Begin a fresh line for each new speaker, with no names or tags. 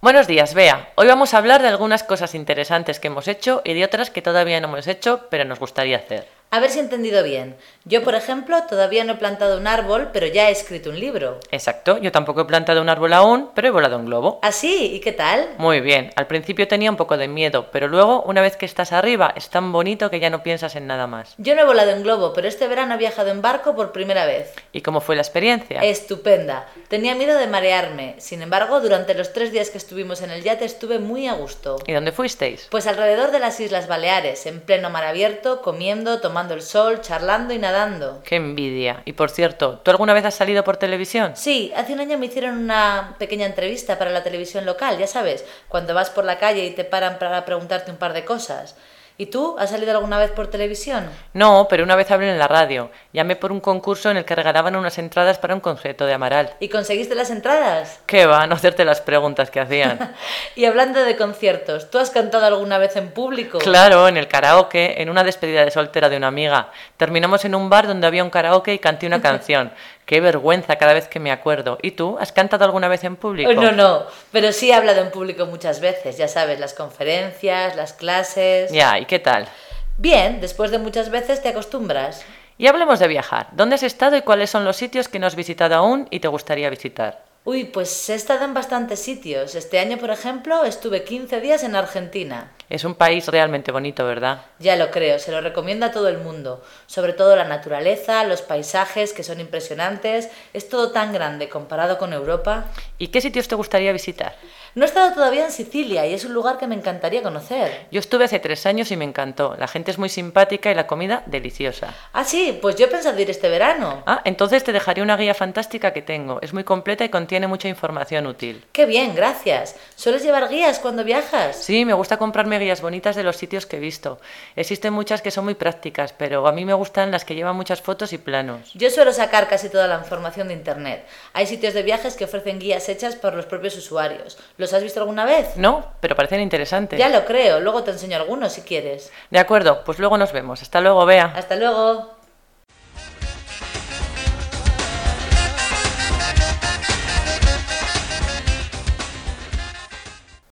Buenos días, Bea. Hoy vamos a hablar de algunas cosas interesantes que hemos hecho y de otras que todavía no hemos hecho, pero nos gustaría hacer.
A ver si he entendido bien. Yo, por ejemplo, todavía no he plantado un árbol, pero ya he escrito un libro.
Exacto, yo tampoco he plantado un árbol aún, pero he volado un globo.
¿Ah, sí? ¿Y qué tal?
Muy bien, al principio tenía un poco de miedo, pero luego, una vez que estás arriba, es tan bonito que ya no piensas en nada más.
Yo no he volado en globo, pero este verano he viajado en barco por primera vez.
¿Y cómo fue la experiencia?
Estupenda. Tenía miedo de marearme. Sin embargo, durante los tres días que estuvimos en el yate estuve muy a gusto.
¿Y dónde fuisteis?
Pues alrededor de las Islas Baleares, en pleno mar abierto, comiendo, tomando el sol, charlando y nadando.
Qué envidia. Y por cierto, ¿tú alguna vez has salido por televisión?
Sí, hace un año me hicieron una pequeña entrevista para la televisión local, ya sabes, cuando vas por la calle y te paran para preguntarte un par de cosas. ¿Y tú? ¿Has salido alguna vez por televisión?
No, pero una vez hablé en la radio. Llamé por un concurso en el que regalaban unas entradas para un concierto de Amaral.
¿Y conseguiste las entradas?
Qué va, no hacerte las preguntas que hacían.
Y hablando de conciertos, ¿tú has cantado alguna vez en público?
claro, en el karaoke, en una despedida de soltera de una amiga. Terminamos en un bar donde había un karaoke y canté una canción. Qué vergüenza cada vez que me acuerdo. ¿Y tú? ¿Has cantado alguna vez en público?
Oh, No, no, pero sí he hablado en público muchas veces, ya sabes, las conferencias, las clases.
Ya, ¿y qué tal?
Bien, después de muchas veces te acostumbras.
Y hablemos de viajar. ¿Dónde has estado y cuáles son los sitios que no has visitado aún y te gustaría visitar?
Uy, pues he estado en bastantes sitios. Este año, por ejemplo, estuve 15 días en Argentina.
Es un país realmente bonito, ¿verdad?
Ya lo creo, se lo recomiendo a todo el mundo. Sobre todo la naturaleza, los paisajes que son impresionantes. Es todo tan grande comparado con Europa.
¿Y qué sitios te gustaría visitar?
No he estado todavía en Sicilia y es un lugar que me encantaría conocer.
Yo estuve hace tres años y me encantó. La gente es muy simpática y la comida deliciosa.
Ah, sí, pues yo he pensado ir este verano.
Ah, entonces te dejaré una guía fantástica que tengo. Es muy completa y contiene mucha información útil.
Qué bien, gracias. ¿Sueles llevar guías cuando viajas?
Sí, me gusta comprarme guías bonitas de los sitios que he visto. Existen muchas que son muy prácticas, pero a mí me gustan las que llevan muchas fotos y planos.
Yo suelo sacar casi toda la información de Internet. Hay sitios de viajes que ofrecen guías hechas por los propios usuarios. ¿Los has visto alguna vez?
No, pero parecen interesantes.
Ya lo creo, luego te enseño algunos si quieres.
De acuerdo, pues luego nos vemos. Hasta luego, Bea.
Hasta luego.